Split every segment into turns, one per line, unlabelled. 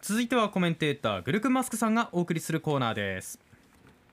続いてはコメンテーターグルクンマスクさんがお送りするコーナーです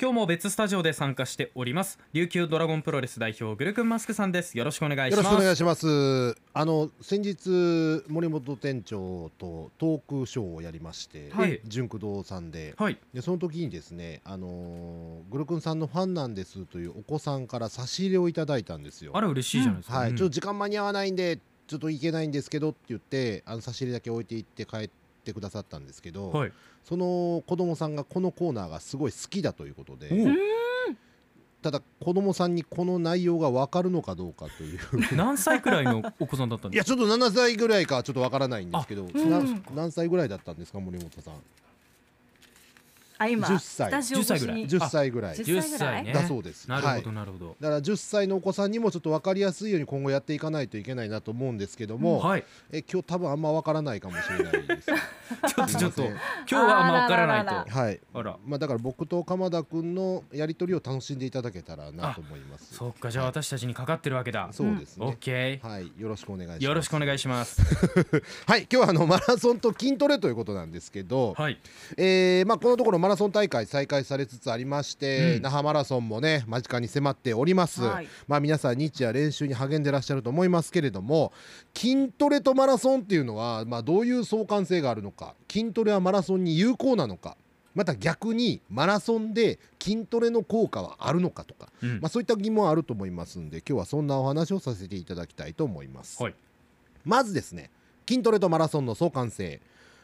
今日も別スタジオで参加しております琉球ドラゴンプロレス代表グルクンマスクさんですよろしくお願いし
よろ
ま
し
す
くお願いします。あの先日森本店長とトークショーをやりまして、
はい
純駆堂さんで、
はい
でその時にですね、あのーグルクンさんのファンなんですというお子さんから差し入れをいただいたんですよ。
あれ嬉しいじゃないですか、
はい、
うん
ちょっと時間間に合わないんでちょっと行けないんですけどって言ってあの差し入れだけ置いていって帰ってくださったんですけど、
はい
その子供さんがこのコーナーがすごい好きだということ
おう
で。ただ子供さんにこの内容がわかるのかどうかという
何歳くらいのお子さんだったん
い
で
や
すか
ちょっと7歳ぐらいかちょっとわからないんですけど、
うん
な何歳ぐらいだったんですか森本さん
あ今
10歳
スタジオ越しに
10歳ぐらい
10
10
10歳
歳ね
だそうです、
なる
は
ほ
い
どなるほど
だから10歳のお子さんにもちょっと分かりやすいように今後やっていかないといけないなと思うんですけども、
はい
え今日多分あんま分からないかもしれないです ち
ちょっとちょっと今日はあんま分からないと
あららら
はい
あら
まあだから僕と鎌田君のやり取りを楽しんでいただけたらなと思います
そっかじゃあ私たちにかかってるわけだ
そうです
オッ
ね、
ケ
はいよろしくお願いしま
ー
す
よろしくお願いします
はい今日はあのマラソンと筋トレということなんですけど、
はい
えーまあ、このところマラソン大会再開されつつありまして、
うん
那覇マラソンもね間近に迫っております、
はい
まあ、皆さん日夜練習に励んでらっしゃると思いますけれども筋トレとマラソンっていうのは、まあ、どういう相関性があるのか筋トレはマラソンに有効なのかまた逆にマラソンで筋トレの効果はあるのかとか、
うん
まあ、そういった疑問はあると思いますんで今日はそんなお話をさせていただきたいと思います、
はい
まずですね筋トレとマラソンの相関性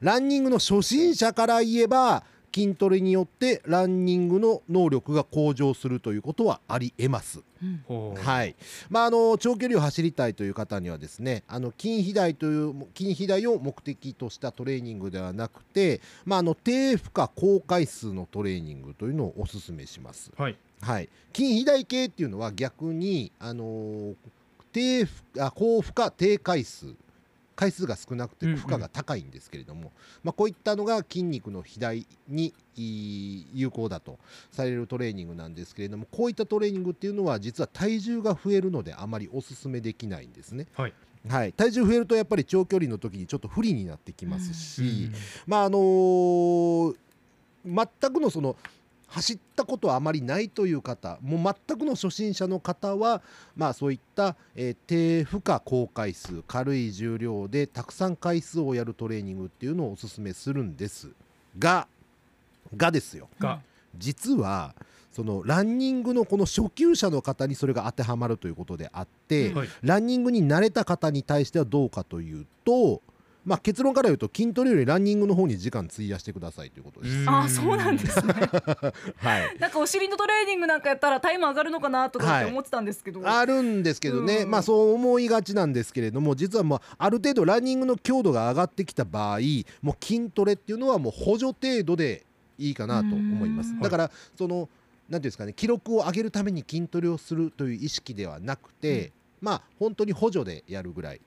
ランニングの初心者から言えば筋トレによってランニングの能力が向上するということはありえます。
ほう
はいまあ、あの長距離を走りたいという方にはですねあの筋肥大という筋肥大を目的としたトレーニングではなくて、まあ、あの低負荷高回数のトレーニングというのをお勧めします。
はい
はい、筋肥大系っていうのは逆に、あのー低負あ高負荷低回数回数が少なくて
うんうん
負荷が高いんですけれども、まあ、こういったのが筋肉の肥大にいい有効だとされるトレーニングなんですけれどもこういったトレーニングっていうのは実は体重が増えるのであまりおすすめできないんですね。
はい
はい、体重増えるとやっぱり長距離の時にちょっと不利になってきますし、
うん
まああのー全くのその走ったことはあまりないという方もう全くの初心者の方は、まあ、そういった、えー低負荷高回数軽い重量でたくさん回数をやるトレーニングっていうのをおすすめするんですががですよ
が
実はそのランニングのこの初級者の方にそれが当てはまるということであって、
はい
ランニングに慣れた方に対してはどうかというと、まあ、結論から言うと筋トレよりランニングの方に時間費やしてくださいということです。
うん
あーそうなんですね
はい
なんかお尻のトレーニングなんかやったらタイム上がるのかなとかって思ってたんですけど、
あるんですけどね、
うん
まあそう思いがちなんですけれども実はもうある程度ランニングの強度が上がってきた場合もう筋トレっていうのはもう補助程度でいいかなと思いま
う
す
ん
だからその何ていうんですかね記録を上げるために筋トレをするという意識ではなくて、まあ本当に補助でやるぐらい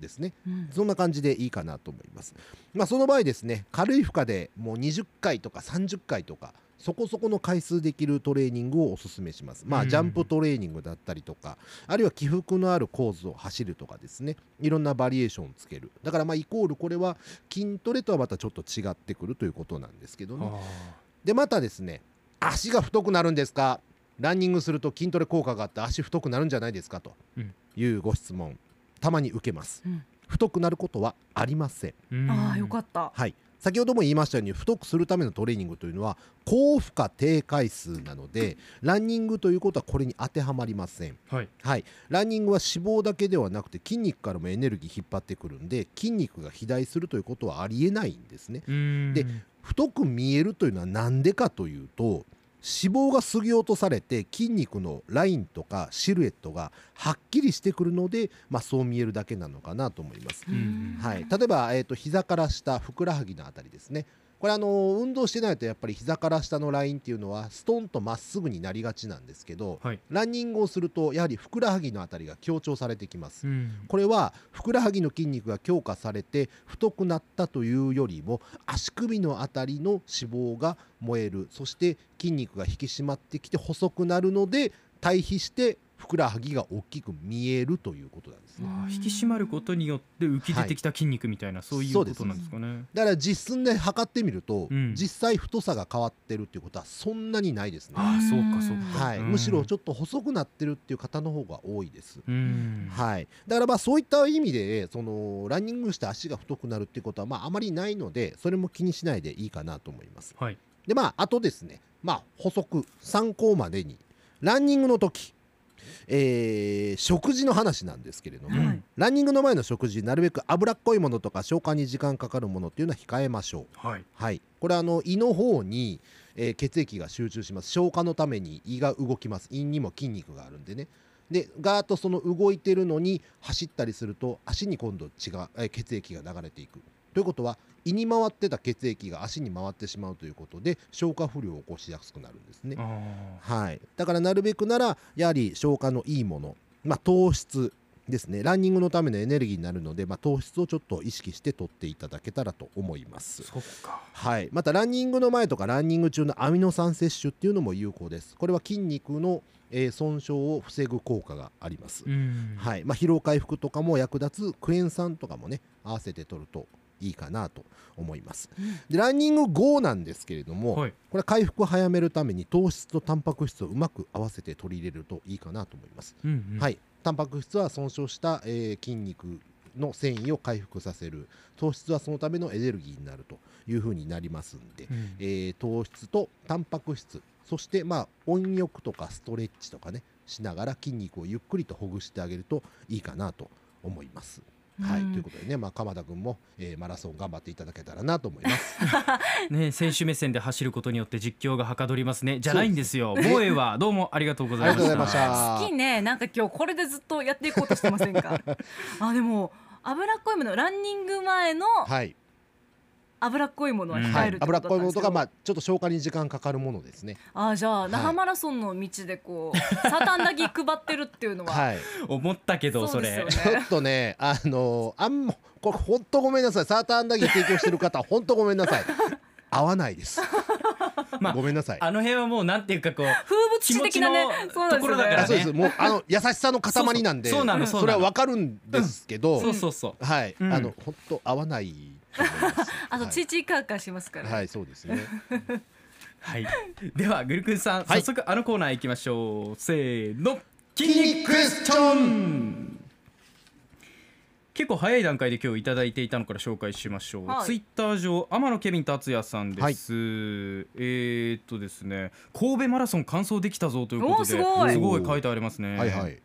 ですね
うん
そんな感じでいいかなと思います。まあ、その場合ですね、軽い負荷でもう20回とか30回とか、そこそこの回数できるトレーニングをお勧めします。ま
う
あ、
ん
ジャンプトレーニングだったりとか、あるいは起伏のあるコースを走るとかですね、いろんなバリエーションをつける。だから、まあ、イコールこれは筋トレとはまたちょっと違ってくるということなんですけどね。
あ
で、またですね、足が太くなるんですかランニングすると筋トレ効果があって足太くなるんじゃないですかと
うん
いうご質問、たまに受けます。
うん
太くなることはありません、
ーうん
あーよかった
はい、先ほども言いましたように太くするためのトレーニングというのは高負荷低回数なのでランニングということはこれに当てはまりません、
はい
はい、ランニングは脂肪だけではなくて筋肉からもエネルギー引っ張ってくるんで筋肉が肥大するということはありえないんですね
うん
で太く見えるというのは何でかというと脂肪が削ぎ落とされて筋肉のラインとかシルエットがはっきりしてくるので、まあ、そう見えるだけなのかなと思います
うん
はい、例えば、えー、と膝から下ふくらはぎのあたりですねこれあのー運動してないとやっぱり膝から下のラインっていうのはストンとまっすぐになりがちなんですけど
はい
ランニングをするとやはりふくらはぎのあたりが強調されてきます
うん
これはふくらはぎの筋肉が強化されて太くなったというよりも足首のあたりの脂肪が燃えるそして筋肉が引き締まってきて細くなるので対比してふくらはぎが大きく見えるということなんですね。
あー引き締まることによって浮き出てきた筋肉みたいな、そういう
そ
こ
うです
となんですかね。
だから実寸で測ってみると、
うん
実際太さが変わってるっていうことはそんなにないですね。
ああそうかそうか。
はい、
うん
むしろちょっと細くなってるっていう方の方が多いです。
うん。
はい、だからまあそういった意味でそのランニングして足が太くなるっていうことはまああまりないのでそれも気にしないでいいかなと思います。
はい。
でまああとですね、まあ、補足参考までにランニングの時、えー食事の話なんですけれども、
うん
ランニングの前の食事なるべく脂っこいものとか消化に時間かかるものっていうのは控えましょう。
はい。
はい、これあの胃の方に、えー血液が集中します消化のために胃が動きます胃にも筋肉があるんでねでガーッとその動いてるのに走ったりすると足に今度血が、えー血液が流れていくということは胃に回ってた血液が足に回ってしまうということで消化不良を起こしやすくなるんですね
ああ。
はい、だからなるべくならやはり消化のいいもの、まあ、糖質ですねランニングのためのエネルギーになるので、まあ、糖質をちょっと意識して取っていただけたらと思います。
そっか。
はい、またランニングの前とかランニング中のアミノ酸摂取っていうのも有効ですこれは筋肉の、えー損傷を防ぐ効果があります、
うん。い。
はいまあ、疲労回復とかも役立つクエン酸とかもね合わせて取るといいかなと思いますでランニング後なんですけれども、
はい。
これは回復を早めるために糖質とタンパク質をうまく合わせて取り入れるといいかなと思います、
うん、うん。。
はいいタンパク質は損傷した、えー筋肉の繊維を回復させる糖質はそのためのエネルギーになるというふうになりますんで、
うん、
えー糖質とタンパク質そしてまあ温浴とかストレッチとかねしながら筋肉をゆっくりとほぐしてあげるといいかなと思います。はい、
うん
ということでね、まあ、鎌田君も、えーマラソン頑張っていただけたらなと思います。
ね選手目線で走ることによって実況がはかどりますねじゃないんですよ
そうですね
萌えはどうもありがとうご
あ
ざ
り
い
が
ま
とうございま
し
したた。
好きねなんか今日これでずっとやっていこうとしてません かあでも脂っこいものランニング前の
はい、
脂っこいものは
は
控
は
え
い
るっ、て
油
こ
っ
と
こいものとか、ま
だったんで
あ、
すけど
ちょっと消化に時間かかるものですね。
あーじゃ
は
あ
い
那覇マラソンの道でこうサタンだぎ配ってるっていうのは、
はい、
思ったけどそ
そうです
れ
よね
ちょっとね、あのあんも、これ本当ごめんなさい、サーターアンダギー提供してる方、本当ごめんなさい。合わないです。
まあ
ごめんなさい。
あの辺はもうなんていうかこう
風物詩的なね
気持ちのところだから
あ
ね
そうです、もう、あの優しさの塊なんで。
そうそうそうなのそうなの
れはわかるんですけど。
そうそうそう
はい、
うん
あの、本当合わないと思います。
あと
はい
チーチーカーカーしますから、
はい、そうですね。
はいではぐるくんさん
はい
早速あのコーナー行きましょうせーの
筋肉クエスチョン。
結構早い段階で今日いただいていたのから紹介しましょう、
はい
ツイッター上天野ケビン達也さんです、えー、っとですね神戸マラソン完走できたぞということで
おーすごい
書いてありますね
はいはい。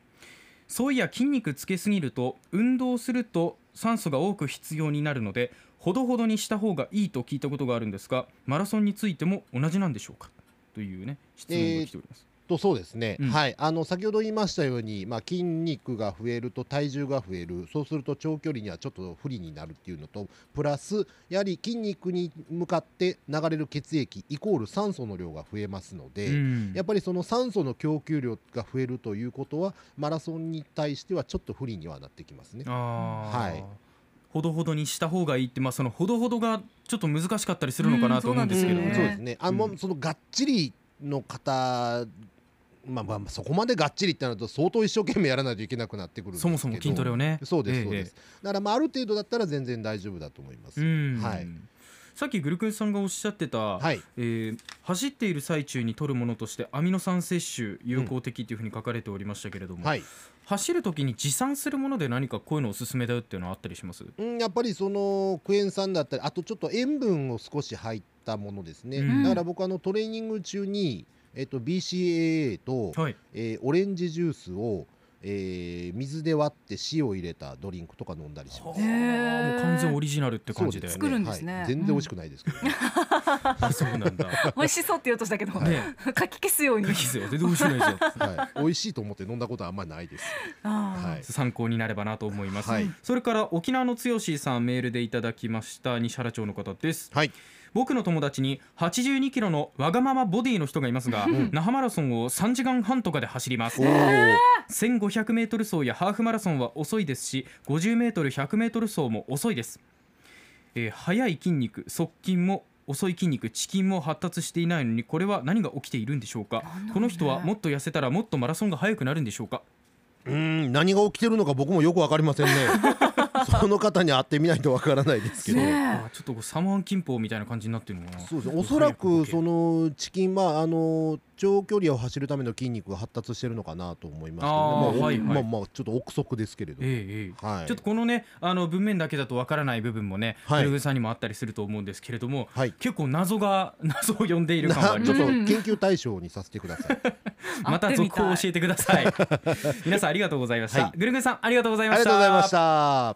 そういや筋肉つけすぎると運動すると酸素が多く必要になるのでほどほどにした方がいいと聞いたことがあるんですがマラソンについても同じなんでしょうかというね質問が来ております、
とそうですね、
うん
はいあの先ほど言いましたように、まあ、筋肉が増えると体重が増えるそうすると長距離にはちょっと不利になるっていうのとプラスやはり筋肉に向かって流れる血液イコール酸素の量が増えますので、
うん
やっぱりその酸素の供給量が増えるということはマラソンに対してはちょっと不利にはなってきますね。
あー
はい
ほどほどにした方がいいって、まあ、そのほどほどがちょっと難しかったりするのかなと思うんですけれども、
うん
ね
そうですね。あの、
うん
そのがっちりの方。まあ、まあまあそこまでがっちりってなると相当一生懸命やらないといけなくなってくるんです
そ
けど
もそも筋トレをね
そうです、
ええ
そうです。だから、まあ、ある程度だったら全然大丈夫だと思います。
うん
はい
さっきグルクンさんがおっしゃってた、
はい。
えー走っている最中に取るものとしてアミノ酸摂取有効的というふうに書かれておりましたけれども、
はい。
走る時に持参するもので何かこういうのおすすめだよっていうのはあったりします
うん、やっぱりそのクエン酸だったり、あとちょっと塩分を少し入ったものですね。
うん
だから、僕、あのトレーニング中に、えっと、B. C. A. A. と、
はい
えーオレンジジュースを。えー水で割って塩を入れたドリンクとか飲んだりします。
へー
もう完全オリジナルって感じで
そう
作るんですね
はい全然美味しくないですけどね、
あ そうなんだ
美味しそうって言おうとしたけど、
ね
かき消すよう
え
に
書き捨て全然面白いですよ
はい、美味しいと思って飲んだことはあんまないです。
あー
はい。
参考になればなと思います、
はい
それから沖縄の剛さんメールでいただきました西原町の方です
はい。
僕の友達に82キロのわがままボディの人がいますが、
ん
那覇マラソンを3時間半とかで走ります
おー
1500メートル走やハーフマラソンは遅いですし、50メートル、100メートル走も遅いです。えー速い筋肉、側筋も遅い筋肉チキンも発達していないのにこれは何が起きているんでしょう
な
か
んだろうね
この人はもっと痩せたらもっとマラソンが速くなるんでしょうか
うーん何が起きてるのか僕もよくわかりま せんねその方に会ってみないとわからないですけど、
ねえ
あちょっとこうサマーキンポみたいな感じになってるのかな
そうですねおそらくそ
の
のチキンはあの長距離を走るための筋肉が発達してるのかなと思いますけど
あー
ねまあ
はいはい
まあまあちょっと憶測ですけれど、
ええええ
はい、
ちょっとこのねあの文面だけだとわからない部分もね、
はい
ブルグさんにもあったりすると思うんですけれども、
はい
結構謎が 謎を呼んでいる
な
感はあり
ちょ
ま
っ
す
と
うん
研究対象にさせてくださいあ
また続報を教えてください 皆さんありがとうございました、
はい
グルグンさんありがとうござい
り
まし
がとうございま
た
した